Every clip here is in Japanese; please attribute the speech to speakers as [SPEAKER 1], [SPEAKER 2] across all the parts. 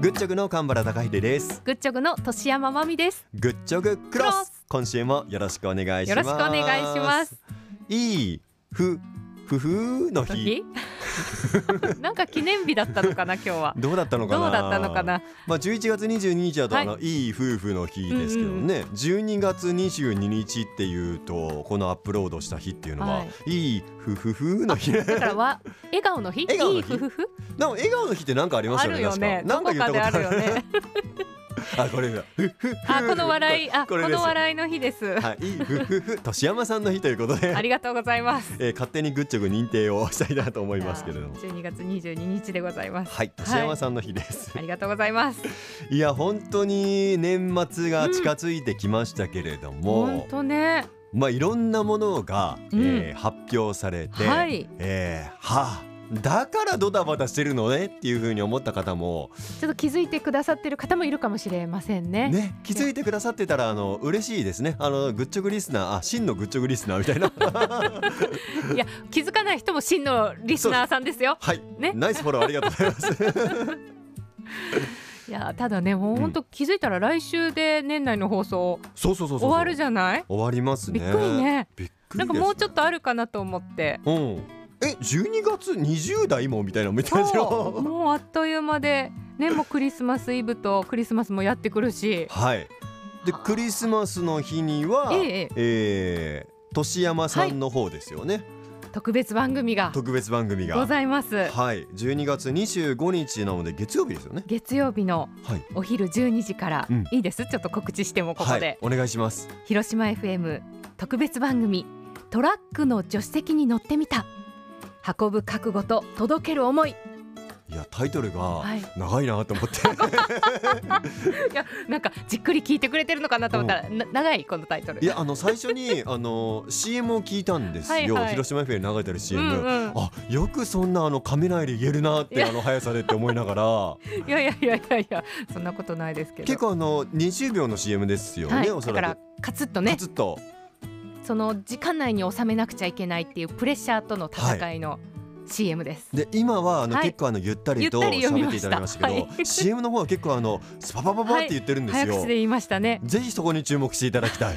[SPEAKER 1] グッチョグの神原孝秀です
[SPEAKER 2] グッチョグの年山まみです。
[SPEAKER 1] グッチョグクロス
[SPEAKER 2] クロス
[SPEAKER 1] 今週もよろしくお願いし
[SPEAKER 2] よ
[SPEAKER 1] ま
[SPEAKER 2] ろ
[SPEAKER 1] す
[SPEAKER 2] しくお願いします。
[SPEAKER 1] いいふふふの日
[SPEAKER 2] 日 なんか記念日だったのかな今日は。
[SPEAKER 1] どうだった
[SPEAKER 2] ど
[SPEAKER 1] の
[SPEAKER 2] う
[SPEAKER 1] かな
[SPEAKER 2] だったのかな。
[SPEAKER 1] まあ11月22日だと
[SPEAKER 2] は
[SPEAKER 1] あ
[SPEAKER 2] い
[SPEAKER 1] の、い、い夫婦の日ですけどね、12月22日っていうとこのアップロードした日っていうのは、、
[SPEAKER 2] はい
[SPEAKER 1] い夫婦の日
[SPEAKER 2] だからは笑顔の日、い
[SPEAKER 1] 笑顔の
[SPEAKER 2] い
[SPEAKER 1] 日
[SPEAKER 2] 夫婦
[SPEAKER 1] でも笑顔の日ってなんかありま
[SPEAKER 2] あ
[SPEAKER 1] すよね
[SPEAKER 2] るよね。
[SPEAKER 1] 確かな
[SPEAKER 2] ど
[SPEAKER 1] ん
[SPEAKER 2] こ
[SPEAKER 1] か言っ
[SPEAKER 2] か
[SPEAKER 1] た
[SPEAKER 2] で
[SPEAKER 1] こ
[SPEAKER 2] あ
[SPEAKER 1] と
[SPEAKER 2] る
[SPEAKER 1] あこれ
[SPEAKER 2] よね。
[SPEAKER 1] だふふふ
[SPEAKER 2] あこの笑いあ
[SPEAKER 1] こ
[SPEAKER 2] こ
[SPEAKER 1] れです
[SPEAKER 2] の笑いの日です。
[SPEAKER 1] はい、いい夫婦年山さんの日ということ で
[SPEAKER 2] ありがとうございます。
[SPEAKER 1] えー勝手にグッチョグ認定をしたいなと思いますけれども
[SPEAKER 2] 12月22日でございます。
[SPEAKER 1] はい年山さんの日です、
[SPEAKER 2] ありがとうございます。
[SPEAKER 1] い、や本当に年末が近づいてきましたけれど
[SPEAKER 2] 本
[SPEAKER 1] も、
[SPEAKER 2] 当ね。
[SPEAKER 1] まあいろんなものが、
[SPEAKER 2] うん
[SPEAKER 1] えー発表されて、
[SPEAKER 2] はい。
[SPEAKER 1] えーはあだからドタバタしてるのねっていうふうに思った方も
[SPEAKER 2] ちょっと気づいてくださってる方もいるかもしれませんね。
[SPEAKER 1] ね気づいてくださってたらあの嬉しいですねあのグッチョグリスナーあ真のグッチョグリスナーみたい な
[SPEAKER 2] いや気づかない人も真のリスナーさんですよ。
[SPEAKER 1] はい、
[SPEAKER 2] ね
[SPEAKER 1] ナイスフォローありがとうございます
[SPEAKER 2] いやただねもう本当気づいたら来週で年内の放送
[SPEAKER 1] そうそうそうそう
[SPEAKER 2] 終わるじゃない
[SPEAKER 1] 終わりますね
[SPEAKER 2] びっくりね
[SPEAKER 1] びっくりですね
[SPEAKER 2] なんかもうちょっとあるかなと思って
[SPEAKER 1] うん。え、12月20代もみたいなの見たでし
[SPEAKER 2] そう
[SPEAKER 1] ょ。
[SPEAKER 2] もうあっという間でねもうクリスマスイブとクリスマスもやってくるし
[SPEAKER 1] はい。でクリスマスの日には、
[SPEAKER 2] ええ
[SPEAKER 1] えー、年山さんの方ですよね。
[SPEAKER 2] 特別番組が
[SPEAKER 1] 特別番組
[SPEAKER 2] ご
[SPEAKER 1] が。
[SPEAKER 2] ざいます
[SPEAKER 1] はい。12月25日なので月曜日ですよね。
[SPEAKER 2] 月曜日の
[SPEAKER 1] はい。
[SPEAKER 2] お昼12時から、
[SPEAKER 1] うん
[SPEAKER 2] いいですちょっと告知してもここで、
[SPEAKER 1] はい。お願いします。
[SPEAKER 2] 広島 FM 特別番組トラックの助手席に乗ってみた運ぶ覚悟と届ける思い
[SPEAKER 1] いやタイトルが
[SPEAKER 2] はい
[SPEAKER 1] 長いなと思って。
[SPEAKER 2] いやなんかじっくり聞いてくれてるのかなと思ったら、な長いこのタイトル
[SPEAKER 1] いやあの最初にあの CM を聞いたんですよ。
[SPEAKER 2] はいはい
[SPEAKER 1] 広島 FM に流れてる CM。
[SPEAKER 2] うんうん
[SPEAKER 1] あよくそんなあのカメラより言えるなっ
[SPEAKER 2] い
[SPEAKER 1] て
[SPEAKER 2] や
[SPEAKER 1] あの速さでって思いながら。
[SPEAKER 2] いやいやいやいやいやそんなことないですけど
[SPEAKER 1] 結構あの20秒の CM ですよね、
[SPEAKER 2] はい、
[SPEAKER 1] おそ
[SPEAKER 2] だからら
[SPEAKER 1] く。
[SPEAKER 2] カツッと
[SPEAKER 1] ね、
[SPEAKER 2] ね
[SPEAKER 1] ずっと
[SPEAKER 2] その時間内に収めなくちゃいけないっていうプレッシャーとの戦いの CM です、
[SPEAKER 1] で今はあの、
[SPEAKER 2] はい
[SPEAKER 1] 結構あのゆったりと
[SPEAKER 2] ゆったり読
[SPEAKER 1] 喋っ
[SPEAKER 2] みま
[SPEAKER 1] てい
[SPEAKER 2] したた
[SPEAKER 1] だきましたけど、
[SPEAKER 2] はい
[SPEAKER 1] CM の方は結構あのスパパパパって言ってるんです
[SPEAKER 2] 早
[SPEAKER 1] よ、
[SPEAKER 2] 口で言いましたね
[SPEAKER 1] ぜひそこに注目していただ きたい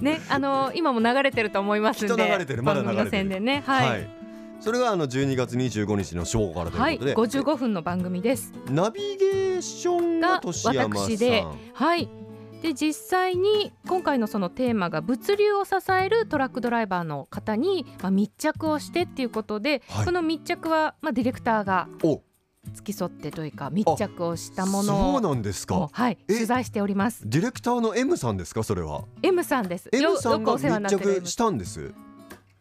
[SPEAKER 2] ねあの今も流れてると思いますんで
[SPEAKER 1] きっと流れてるまだ流れてる
[SPEAKER 2] 番組の宣伝ねはい、はい
[SPEAKER 1] それがあの12月25日の正午からということで、
[SPEAKER 2] 55分の番組です。
[SPEAKER 1] ナビゲーションが年山さん
[SPEAKER 2] が私ではい。で実際に今回のそのテーマが物流を支えるトラックドライバーの方に、まあ、密着をしてっていうことで、
[SPEAKER 1] はい
[SPEAKER 2] この密着は、まあ、ディレクターが
[SPEAKER 1] お
[SPEAKER 2] 付き添ってというか密着をしたもの
[SPEAKER 1] そう
[SPEAKER 2] を
[SPEAKER 1] なんですか
[SPEAKER 2] はい、
[SPEAKER 1] え
[SPEAKER 2] 取材しております。
[SPEAKER 1] ディレクターの M さんですかそれは
[SPEAKER 2] M さんです。よ
[SPEAKER 1] M さん
[SPEAKER 2] よ
[SPEAKER 1] が
[SPEAKER 2] くお世話になっ
[SPEAKER 1] 密
[SPEAKER 2] てる M
[SPEAKER 1] 着したんです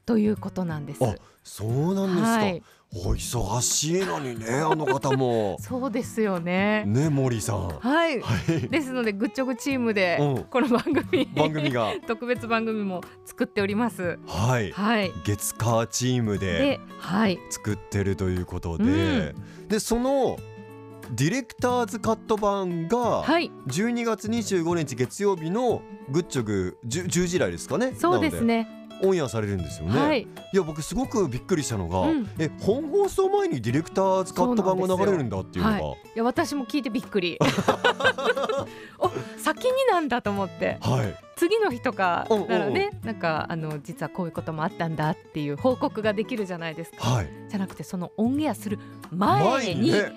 [SPEAKER 2] ということなんです。
[SPEAKER 1] あそうなんですか、
[SPEAKER 2] はい、
[SPEAKER 1] お忙しいのにねあの方 も
[SPEAKER 2] そうですよね。
[SPEAKER 1] ね森さん
[SPEAKER 2] はい。
[SPEAKER 1] はい
[SPEAKER 2] ですのでグッチョグチームで
[SPEAKER 1] うん
[SPEAKER 2] この番組、
[SPEAKER 1] 番組が
[SPEAKER 2] 特別番組も作っております。
[SPEAKER 1] はい
[SPEAKER 2] はい。
[SPEAKER 1] 月火チームで
[SPEAKER 2] で、はい。
[SPEAKER 1] 作ってるということで、
[SPEAKER 2] う
[SPEAKER 1] でそのディレクターズカット版が
[SPEAKER 2] はい、
[SPEAKER 1] 12月25日月曜日のグッチョグ 10, 10時台ですかね
[SPEAKER 2] そうですね。
[SPEAKER 1] なのでオンエアされるんですよね、、
[SPEAKER 2] はいい、
[SPEAKER 1] や僕すごくびっくりしたのが、
[SPEAKER 2] うん
[SPEAKER 1] え本放送前にディレクターズカット版が流れるんだっていうのが
[SPEAKER 2] いや私も聞いてびっ くり。お、先になんだと思って、
[SPEAKER 1] はい、
[SPEAKER 2] 次の日とか
[SPEAKER 1] うんうんうん
[SPEAKER 2] ならね、なんかあの実はこういうこともあったんだっていう報告ができるじゃないですか。
[SPEAKER 1] はい、
[SPEAKER 2] じゃなくてそのオンエアする前に
[SPEAKER 1] ね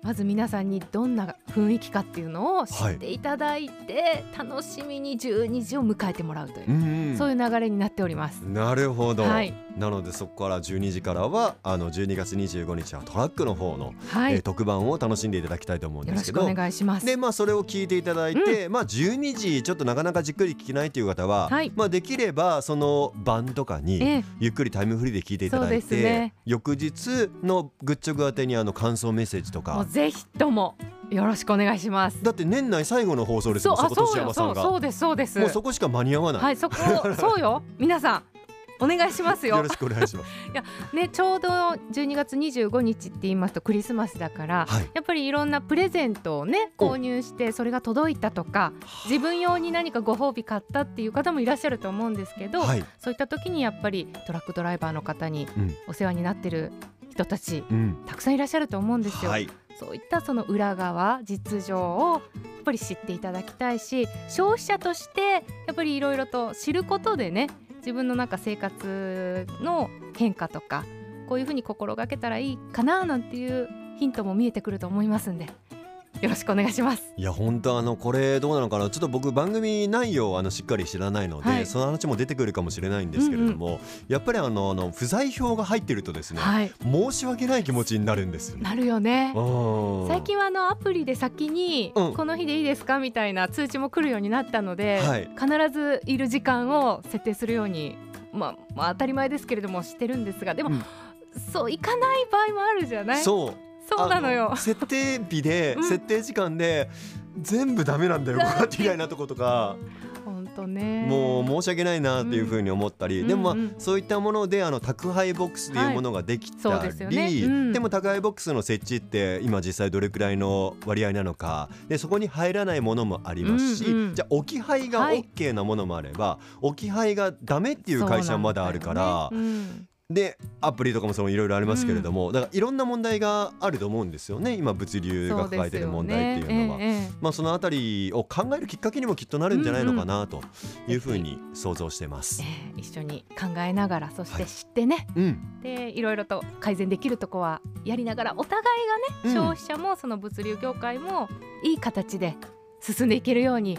[SPEAKER 2] まず皆さんにどんな雰囲気かっていうのを知っていただいて、楽しみに12時を迎えてもらうという
[SPEAKER 1] う、ん
[SPEAKER 2] そういう流れになっております。
[SPEAKER 1] なるほど、
[SPEAKER 2] はい
[SPEAKER 1] なのでそこから12時からはあの12月25日はトラックの方の、
[SPEAKER 2] はい、
[SPEAKER 1] えー特番を楽しんでいただきたいと思うん
[SPEAKER 2] よ
[SPEAKER 1] で
[SPEAKER 2] ろ
[SPEAKER 1] すけ
[SPEAKER 2] しく
[SPEAKER 1] ど
[SPEAKER 2] お願いします。
[SPEAKER 1] でまあそれを聞いていただいて、まあ12時ちょっとなかなかじっくり聞けないという方は、
[SPEAKER 2] はい
[SPEAKER 1] まあできればその晩とかに
[SPEAKER 2] ええ
[SPEAKER 1] ゆっくりタイムフリーで聞いていただい
[SPEAKER 2] そう
[SPEAKER 1] て、
[SPEAKER 2] ですね
[SPEAKER 1] 翌日のグッチョグ宛てにあの感想メッセージと
[SPEAKER 2] も
[SPEAKER 1] か
[SPEAKER 2] うぜひともよろしくお願いします。
[SPEAKER 1] だって年内最後の放送ですもんそ
[SPEAKER 2] あ
[SPEAKER 1] こ
[SPEAKER 2] そう
[SPEAKER 1] 年
[SPEAKER 2] よ
[SPEAKER 1] 山さ
[SPEAKER 2] そ
[SPEAKER 1] ん
[SPEAKER 2] う
[SPEAKER 1] が
[SPEAKER 2] そ。うですそうです。
[SPEAKER 1] もうそこしか間に合わない、
[SPEAKER 2] はいそこをそうよ皆さんお願いします
[SPEAKER 1] よ
[SPEAKER 2] よ
[SPEAKER 1] ろ。しくお願いします。
[SPEAKER 2] ねちょうど12月25日って言いますとクリスマスだから、
[SPEAKER 1] はい
[SPEAKER 2] やっぱりいろんなプレゼントをね
[SPEAKER 1] うん
[SPEAKER 2] 購入してそれが届いたとか自分用に何かご褒美買ったっていう方もいらっしゃると思うんですけど、
[SPEAKER 1] はい
[SPEAKER 2] そういった時にやっぱりトラックドライバーの方に
[SPEAKER 1] うん
[SPEAKER 2] お世話になってる人たち
[SPEAKER 1] うん、
[SPEAKER 2] たくさんいらっしゃると思うんですよ。
[SPEAKER 1] はい、
[SPEAKER 2] そういったその裏側実情をやっぱり知っていただきたいし消費者としてやっぱりいろいろと知ることでね自分のなんか生活の変化とかこういうふうに心がけたらいいかななんていうヒントも見えてくると思いますんでよろしくお願いします。
[SPEAKER 1] いや本当あのこれどうなのかなちょっと僕番組内容をあのしっかり知らないので、
[SPEAKER 2] はい
[SPEAKER 1] その話も出てくるかもしれないんですけれども、やっぱりあのあの不在票が入ってるとですね、
[SPEAKER 2] はい、
[SPEAKER 1] 申し訳ない気持ちになるんですよね。
[SPEAKER 2] なるよね。最
[SPEAKER 1] 最
[SPEAKER 2] 近はあのアプリで先に
[SPEAKER 1] うん
[SPEAKER 2] この日でいいですかみたいな通知も来るようになったので、
[SPEAKER 1] はい
[SPEAKER 2] 必ずいる時間を設定するように、まあ、まあ当たり前ですけれどもしてるんですがでも、
[SPEAKER 1] うん
[SPEAKER 2] そういかない場合もあるじゃないそう
[SPEAKER 1] そう
[SPEAKER 2] なの
[SPEAKER 1] あ
[SPEAKER 2] よ。
[SPEAKER 1] 設定日で、
[SPEAKER 2] うん
[SPEAKER 1] 設定時間で全部ダメなんだよ
[SPEAKER 2] う
[SPEAKER 1] こ
[SPEAKER 2] わ
[SPEAKER 1] うやって嫌いなとことか、
[SPEAKER 2] 本当ね
[SPEAKER 1] もう申し訳ないなっていうふうに思ったり、
[SPEAKER 2] うん
[SPEAKER 1] でも、まあ
[SPEAKER 2] うんうん
[SPEAKER 1] そういったものであの宅配ボックスというものができたり、
[SPEAKER 2] はいそうですよねうん
[SPEAKER 1] でも宅配ボックスの設置って今実際どれくらいの割合なのかでそこに入らないものもありますし、
[SPEAKER 2] うんうん
[SPEAKER 1] じゃあ置き配が
[SPEAKER 2] はい
[SPEAKER 1] OK なものもあれば、置き配がダメっていう会社もまだあるから。
[SPEAKER 2] そうなんだよね
[SPEAKER 1] でアプリとかもそのいろいろありますけれども、だからいろんな問題があると思うんですよね今物
[SPEAKER 2] うん
[SPEAKER 1] 流が抱えてる問
[SPEAKER 2] そ
[SPEAKER 1] 題っ
[SPEAKER 2] です
[SPEAKER 1] て
[SPEAKER 2] よ
[SPEAKER 1] いう
[SPEAKER 2] ね
[SPEAKER 1] のは。
[SPEAKER 2] えええ
[SPEAKER 1] まあそのあたりを考えるきっかけにもきっとなるんじゃないのかなというふうに想像してます
[SPEAKER 2] え。ええ一緒に考えながらそし
[SPEAKER 1] は
[SPEAKER 2] て
[SPEAKER 1] い
[SPEAKER 2] 知ってね、
[SPEAKER 1] うん、
[SPEAKER 2] でいろいろと改善できるとこはやりながらお互い
[SPEAKER 1] う
[SPEAKER 2] がね、
[SPEAKER 1] ん
[SPEAKER 2] 消費者もその物流業界もいい形で進んでいけるように、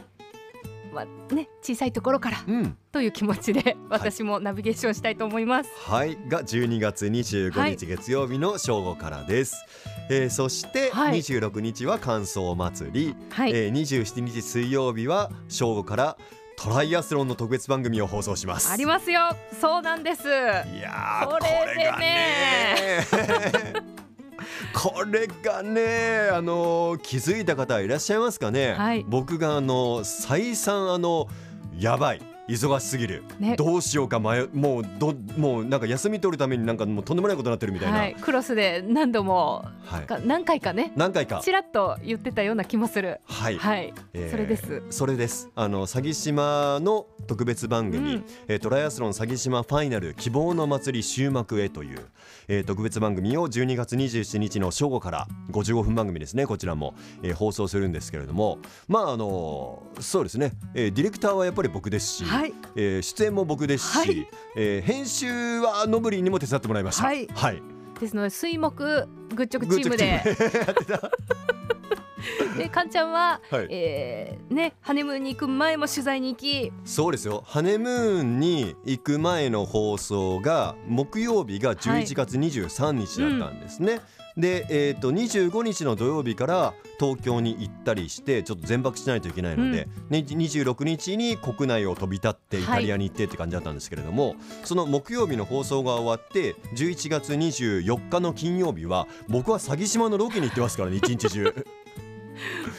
[SPEAKER 2] まあね、小さいところから
[SPEAKER 1] うん、
[SPEAKER 2] という気持ちで私もナビゲーションしたいと思います。
[SPEAKER 1] はいが12月25日月曜日の正午からです。えーそして
[SPEAKER 2] はい
[SPEAKER 1] 26日は乾燥祭り、
[SPEAKER 2] はい、
[SPEAKER 1] えー27日水曜日は正午からトライアスロンの特別番組を放送します。
[SPEAKER 2] ありますよそうなんで
[SPEAKER 1] い
[SPEAKER 2] す
[SPEAKER 1] やーこ
[SPEAKER 2] こ
[SPEAKER 1] れ
[SPEAKER 2] れで
[SPEAKER 1] がね これがねあのー気づいた方いらっしゃいますかね、
[SPEAKER 2] はい
[SPEAKER 1] 僕があのー再三あのやばい忙しすぎる、
[SPEAKER 2] ね
[SPEAKER 1] どうしようか迷うもうどもうなんか休み取るためになんかもうとんでもないことになってるみたいな、
[SPEAKER 2] はい、クロスで何度も
[SPEAKER 1] はい
[SPEAKER 2] か何回かね
[SPEAKER 1] 何回か
[SPEAKER 2] ちらっと言ってたような気もする。
[SPEAKER 1] はい、
[SPEAKER 2] はい、
[SPEAKER 1] えー
[SPEAKER 2] それです。
[SPEAKER 1] それですあの詐欺島の特別番組、
[SPEAKER 2] うん
[SPEAKER 1] えートライアスロン詐欺島ファイナル希望の祭り終幕へという、えー特別番組を12月27日の正午から55分番組ですねこちらも、えー放送するんですけれどもまああのそうですね、えーディレクターはやっぱり僕ですし、
[SPEAKER 2] はい、
[SPEAKER 1] えー出演も僕ですし、
[SPEAKER 2] はい
[SPEAKER 1] えー編集はのぶりんにも手伝ってもらいました。
[SPEAKER 2] はい
[SPEAKER 1] はい、
[SPEAKER 2] ですので水木グッチョク
[SPEAKER 1] グッ
[SPEAKER 2] チームで
[SPEAKER 1] チョクチーム やってた
[SPEAKER 2] でかんちゃんは、
[SPEAKER 1] はい
[SPEAKER 2] えーねハネムーンに行く前も取材に行き
[SPEAKER 1] そうですよハネムーンに行く前の放送が木曜日が11月23日だったんですね、で、えー、と25日の土曜日から東京に行ったりしてちょっと全泊しないといけないので、ね26日に国内を飛び立ってイタリアに行ってって感じだったんですけれども、その木曜日の放送が終わって11月24日の金曜日は僕は詐欺島のロケに行ってますからね一日中。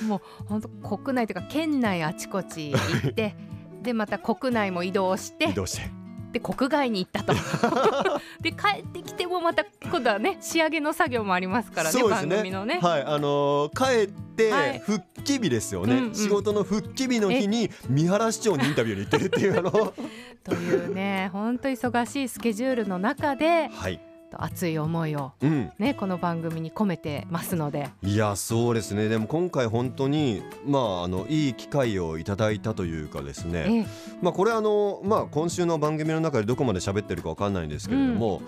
[SPEAKER 2] もう本当国内というか県内あちこち行ってでまた国内も移動して
[SPEAKER 1] 移動して
[SPEAKER 2] で国外に 行ったとで帰ってきてもまた今度はね仕上げの作業もありますからね
[SPEAKER 1] そうです
[SPEAKER 2] 番組のね。
[SPEAKER 1] はい、あのー帰って
[SPEAKER 2] はい
[SPEAKER 1] 復帰日ですよね、
[SPEAKER 2] うんうん
[SPEAKER 1] 仕事の復帰日の日に三原市長にインタビューに行ってるっていうあ の
[SPEAKER 2] というね本当忙しいスケジュールの中で
[SPEAKER 1] はい、
[SPEAKER 2] 熱い思いを
[SPEAKER 1] うん、
[SPEAKER 2] ねこの番組に込めてますので。
[SPEAKER 1] いやそうですねでも今回本当にまああのいい機会をいただいたというかですね、
[SPEAKER 2] ええ
[SPEAKER 1] まあこれあのまあ今週の番組の中でどこまで喋ってるかわかんないんですけれども、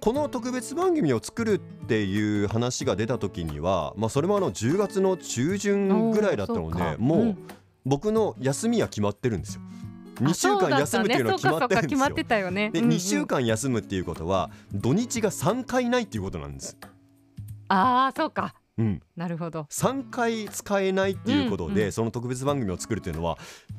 [SPEAKER 1] この特別番組を作るっていう話が出た時には、まあ、それもあの10月の中旬ぐらいだったの
[SPEAKER 2] おーそう
[SPEAKER 1] で
[SPEAKER 2] か
[SPEAKER 1] もう、
[SPEAKER 2] うん
[SPEAKER 1] 僕の休みは決まってるんですよ。
[SPEAKER 2] あ
[SPEAKER 1] 2週間休むっていうのは決まってるんです
[SPEAKER 2] そうだたねそうかそうか決まっ
[SPEAKER 1] よ
[SPEAKER 2] て。たよね。
[SPEAKER 1] で
[SPEAKER 2] うんうん
[SPEAKER 1] 2週間休むっていうことは土日が3回ないっていうことなんです。
[SPEAKER 2] ああそうか
[SPEAKER 1] うん、
[SPEAKER 2] なるほど。
[SPEAKER 1] 3回使えないっていうことで、
[SPEAKER 2] うんうん
[SPEAKER 1] その特別番組を作るっていうのは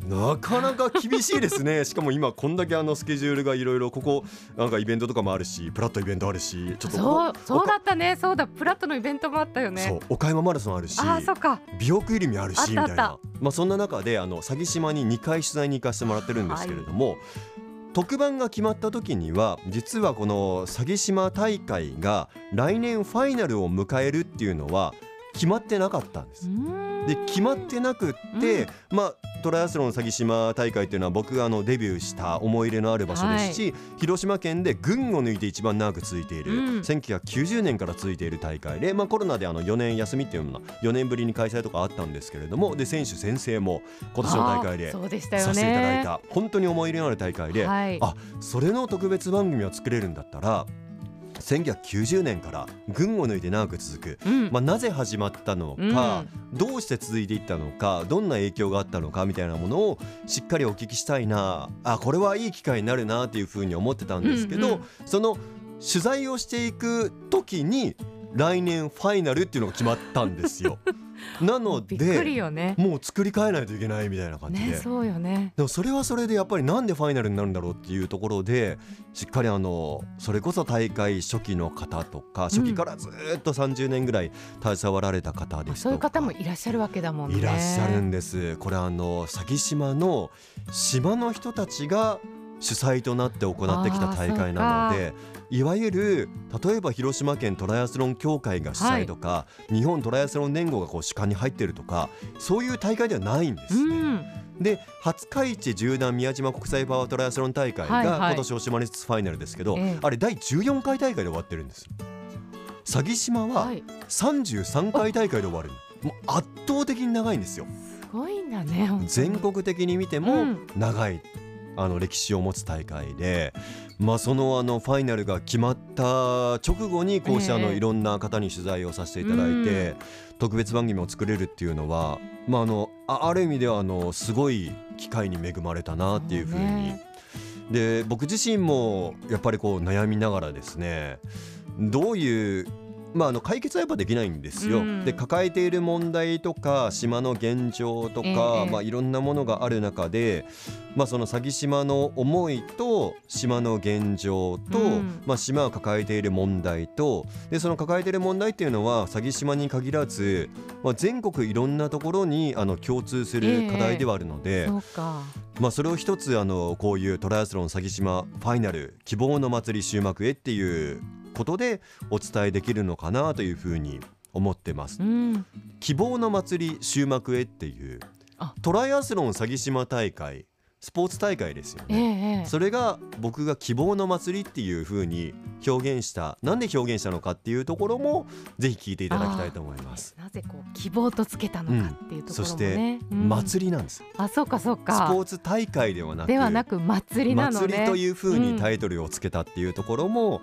[SPEAKER 1] なかなか厳しいです ねしかも今こんだけあのスケジュールがいろいろここなんかイベントとかもあるしプラットイベントあるしちょっと
[SPEAKER 2] そうそう
[SPEAKER 1] か
[SPEAKER 2] だったねそうだプラットのイベントもあったよ
[SPEAKER 1] そう
[SPEAKER 2] ね。
[SPEAKER 1] 岡山マラソンあるし
[SPEAKER 2] ああそうか。
[SPEAKER 1] 美容クイルミあるし
[SPEAKER 2] あっ
[SPEAKER 1] み
[SPEAKER 2] た
[SPEAKER 1] た
[SPEAKER 2] あ
[SPEAKER 1] い
[SPEAKER 2] った
[SPEAKER 1] なまあ、そんな中であの詐欺島に2回取材に行かせてもらってるんですけれども、特番が決まった時には実はこの詐欺島大会が来年ファイナルを迎えるっていうのは決まってなかったんです。で決まってなくって、まあ、トライアスロン詐島大会っていうのは僕があのデビューした思い入れのある場所ですし、広島県で群を抜いて一番長く続いている、
[SPEAKER 2] うん
[SPEAKER 1] 1990年から続いている大会で、まあ、コロナであの4年休みっていうのは4年ぶりに開催とかあったんですけれどもで選手宣誓も今年の大会
[SPEAKER 2] あー
[SPEAKER 1] で
[SPEAKER 2] そうでしたよ
[SPEAKER 1] さ
[SPEAKER 2] ね
[SPEAKER 1] せていただいた本当に思い入れのある大会で、
[SPEAKER 2] はい
[SPEAKER 1] あそれの特別番組を作れるんだったら1990年から群を抜いて長く続く
[SPEAKER 2] うん
[SPEAKER 1] まあ、なぜ始まったのか、どうして続いていったのかどんな影響があったのかみたいなものをしっかりお聞きしたいなあこれはいい機会になるなっていうふうに思ってたんですけど、
[SPEAKER 2] うんうん
[SPEAKER 1] その取材をしていく時に来年ファイナルっていうのが決まったんです よ。なの
[SPEAKER 2] びっくり
[SPEAKER 1] で
[SPEAKER 2] よね
[SPEAKER 1] もう作り変えないといけないみたいな感じで。
[SPEAKER 2] ねそうよね
[SPEAKER 1] でもそれはそれでやっぱりなんでファイナルになるんだろうっていうところでしっかりあのそれこそ大会初期の方とか初期からずっと30年ぐらい携わられた方ですとか、
[SPEAKER 2] そういう方もいらっしゃるわけだもんね
[SPEAKER 1] いらっしゃるんです。これあの先島の島の人たちが主催となって行ってきた大会なのでいわゆる例えば広島県トライアスロン協会が主催とか、日本トライアスロン連合がこう主管に入ってるとかそういう大会ではないんですね。
[SPEAKER 2] うん
[SPEAKER 1] で初開地縦断宮島国際パワートライアスロン大会
[SPEAKER 2] はい
[SPEAKER 1] が
[SPEAKER 2] はい
[SPEAKER 1] 今年惜しまれつつファイナルですけど、
[SPEAKER 2] ええ
[SPEAKER 1] あれ第14回大会で終わってるんです詐欺島は
[SPEAKER 2] はい
[SPEAKER 1] 33回大会で終わる、もう圧倒的に長いんですよ
[SPEAKER 2] すごいんだね本当に
[SPEAKER 1] 全国的に見て
[SPEAKER 2] う
[SPEAKER 1] も
[SPEAKER 2] ん
[SPEAKER 1] 長いあの歴史を持つ大会で、まあ、そのあのファイナルが決まった直後にこうしてあの
[SPEAKER 2] ええ
[SPEAKER 1] いろんな方に取材をさせていただいて、
[SPEAKER 2] う
[SPEAKER 1] 特別番組を作れるっていうのは、まあ、あのあある意味ではあのすごい機会に恵まれたなっていうふうに。
[SPEAKER 2] そうね
[SPEAKER 1] で僕自身もやっぱりこう悩みながらですねどういうまあ、あの解決はやっぱできないんですよ。
[SPEAKER 2] うん
[SPEAKER 1] で抱えている問題とか島の現状とか、
[SPEAKER 2] ええ
[SPEAKER 1] まあ、いろんなものがある中で、まあ、その詐欺島の思いと島の現状と、
[SPEAKER 2] うん
[SPEAKER 1] まあ、島を抱えている問題とでその抱えている問題っていうのは詐欺島に限らず、まあ、全国いろんなところにあの共通する課題ではあるので、
[SPEAKER 2] そうか
[SPEAKER 1] まあ、それを一つあのこういうトライアスロン詐欺島ファイナル希望の祭り終幕へっていうことでお伝えできるのかなというふうに思ってます
[SPEAKER 2] う。ん
[SPEAKER 1] 希望の祭り終幕へっていう
[SPEAKER 2] あ
[SPEAKER 1] トライアスロン詐欺島大会スポーツ大会ですよ
[SPEAKER 2] ええ
[SPEAKER 1] ね。
[SPEAKER 2] ええ
[SPEAKER 1] それが僕が希望の祭りっていうふうに表現したなんで表現したのかっていうところもぜひ聞いていただきたいと思います。
[SPEAKER 2] なぜこう希望とつけたのかっていうところもね、うん
[SPEAKER 1] 祭りなんです。
[SPEAKER 2] あそうかそう
[SPEAKER 1] ス
[SPEAKER 2] か
[SPEAKER 1] ポーツ大会ではなく
[SPEAKER 2] ではなく祭りなのね
[SPEAKER 1] 祭りと
[SPEAKER 2] う
[SPEAKER 1] いうふうにタイトルをつけたっていうところも、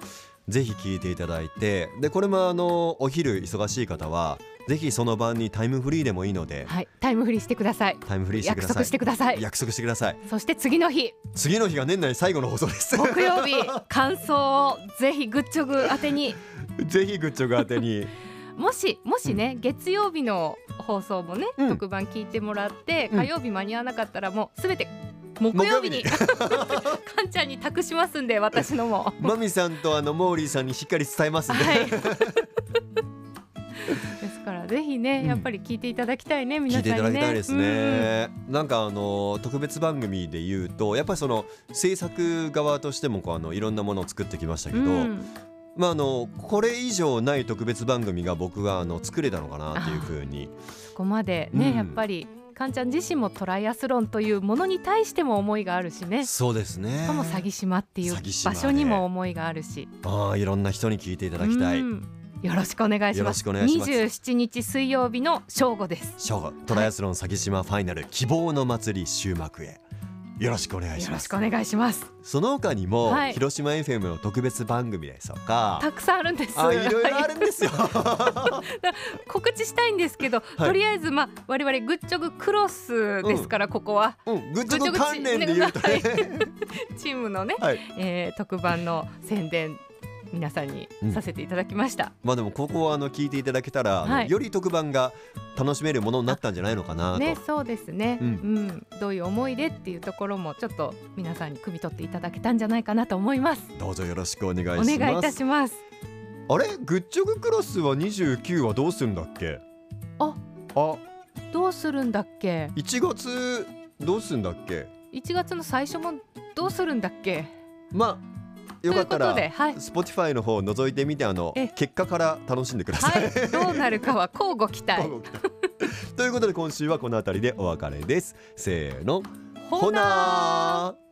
[SPEAKER 1] ぜひ聞いていただいてでこれもあのお昼忙しい方はぜひその晩にタイムフリーでもいいので、
[SPEAKER 2] はいタイムフリーしてください
[SPEAKER 1] タイムフリーしてく
[SPEAKER 2] 約
[SPEAKER 1] ださ
[SPEAKER 2] 束
[SPEAKER 1] い
[SPEAKER 2] してください
[SPEAKER 1] 約束してください
[SPEAKER 2] そして次の日
[SPEAKER 1] 次の日が年内最後の放送です
[SPEAKER 2] 木 曜日感想をぜひグッチョグ宛てに
[SPEAKER 1] ぜひグッチョグ宛て に
[SPEAKER 2] もしもしね、月曜日の放送もね、
[SPEAKER 1] うん
[SPEAKER 2] 特番聞いてもらって
[SPEAKER 1] うん
[SPEAKER 2] 火曜日間に合わなかったらもうすべて木曜日に
[SPEAKER 1] 木
[SPEAKER 2] か んちゃんに託しますんで私 のも
[SPEAKER 1] マミさんとあのモーリーさんにしっかり伝えますんで、
[SPEAKER 2] はいですからぜひね、
[SPEAKER 1] うん
[SPEAKER 2] やっぱり聞いていただきたいね
[SPEAKER 1] 聞
[SPEAKER 2] 皆
[SPEAKER 1] い
[SPEAKER 2] さ
[SPEAKER 1] て
[SPEAKER 2] ん
[SPEAKER 1] い
[SPEAKER 2] に
[SPEAKER 1] ただ
[SPEAKER 2] ね
[SPEAKER 1] きたいですね。なんかあの特別番組で言うとやっぱりその制作側としてもこうあのいろんなものを作ってきましたけ
[SPEAKER 2] う
[SPEAKER 1] ど、
[SPEAKER 2] んうん
[SPEAKER 1] まあ、あのこれ以上ない特別番組が僕はあの作れたのかなっていうふうに
[SPEAKER 2] ここまでね、
[SPEAKER 1] うん
[SPEAKER 2] やっぱりかんちゃん自身もトライアスロンというものに対しても思いがあるしねし
[SPEAKER 1] そうですね
[SPEAKER 2] かも詐欺島っていう
[SPEAKER 1] 詐欺島
[SPEAKER 2] 場
[SPEAKER 1] ね
[SPEAKER 2] 所にも思いがあるし、
[SPEAKER 1] ああいろんな人に聞いていただきたい
[SPEAKER 2] うんよろしくお願いし
[SPEAKER 1] よ
[SPEAKER 2] ま
[SPEAKER 1] ろ
[SPEAKER 2] す
[SPEAKER 1] しくお願いします
[SPEAKER 2] 27日水曜日の正午です
[SPEAKER 1] ショーゴトライアスロン詐欺島ファイナル希望の祭り終幕へよろしくお願いし
[SPEAKER 2] よろ
[SPEAKER 1] ま
[SPEAKER 2] し
[SPEAKER 1] す
[SPEAKER 2] くお願いします
[SPEAKER 1] その他にも、
[SPEAKER 2] はい
[SPEAKER 1] 広島 FM の特別番組ですとか
[SPEAKER 2] たくさんあるんです
[SPEAKER 1] あいろいろあ
[SPEAKER 2] はい
[SPEAKER 1] るんですよ
[SPEAKER 2] 告知したいんですけど、
[SPEAKER 1] い
[SPEAKER 2] とりあえずまあ我々グッチョグクロスですから、ここは
[SPEAKER 1] うん、グッチョブ関連で言うとね
[SPEAKER 2] グッチームのね、
[SPEAKER 1] はい
[SPEAKER 2] えー特番の宣伝皆さんにさせていただきました、
[SPEAKER 1] まあでもここはあの聞いていただけたら、あの
[SPEAKER 2] はい
[SPEAKER 1] より特番が楽しめるものになったんじゃないのかなと、
[SPEAKER 2] ね、そうですね、
[SPEAKER 1] う
[SPEAKER 2] うんんどういう思い出っていうところもちょっと皆さんに汲み取っていただけたんじゃないかなと思います。
[SPEAKER 1] どうぞよろしくお願い
[SPEAKER 2] お願いいたします。
[SPEAKER 1] あれグッチョグクロスは29はどうするんだっけ
[SPEAKER 2] あ
[SPEAKER 1] あ
[SPEAKER 2] どうするんだっけ
[SPEAKER 1] 1月どうするんだっけ
[SPEAKER 2] 1月の最初もどうするんだっけ
[SPEAKER 1] まあよかったら
[SPEAKER 2] ということで、はい
[SPEAKER 1] Spotify の方を覗いてみてあの
[SPEAKER 2] え
[SPEAKER 1] 結果から楽しんでください。
[SPEAKER 2] はい、どうなるかは交互期 待。
[SPEAKER 1] 乞うご期待ということで今週はこの辺りでお別れです。せーの
[SPEAKER 2] ほなー
[SPEAKER 1] ー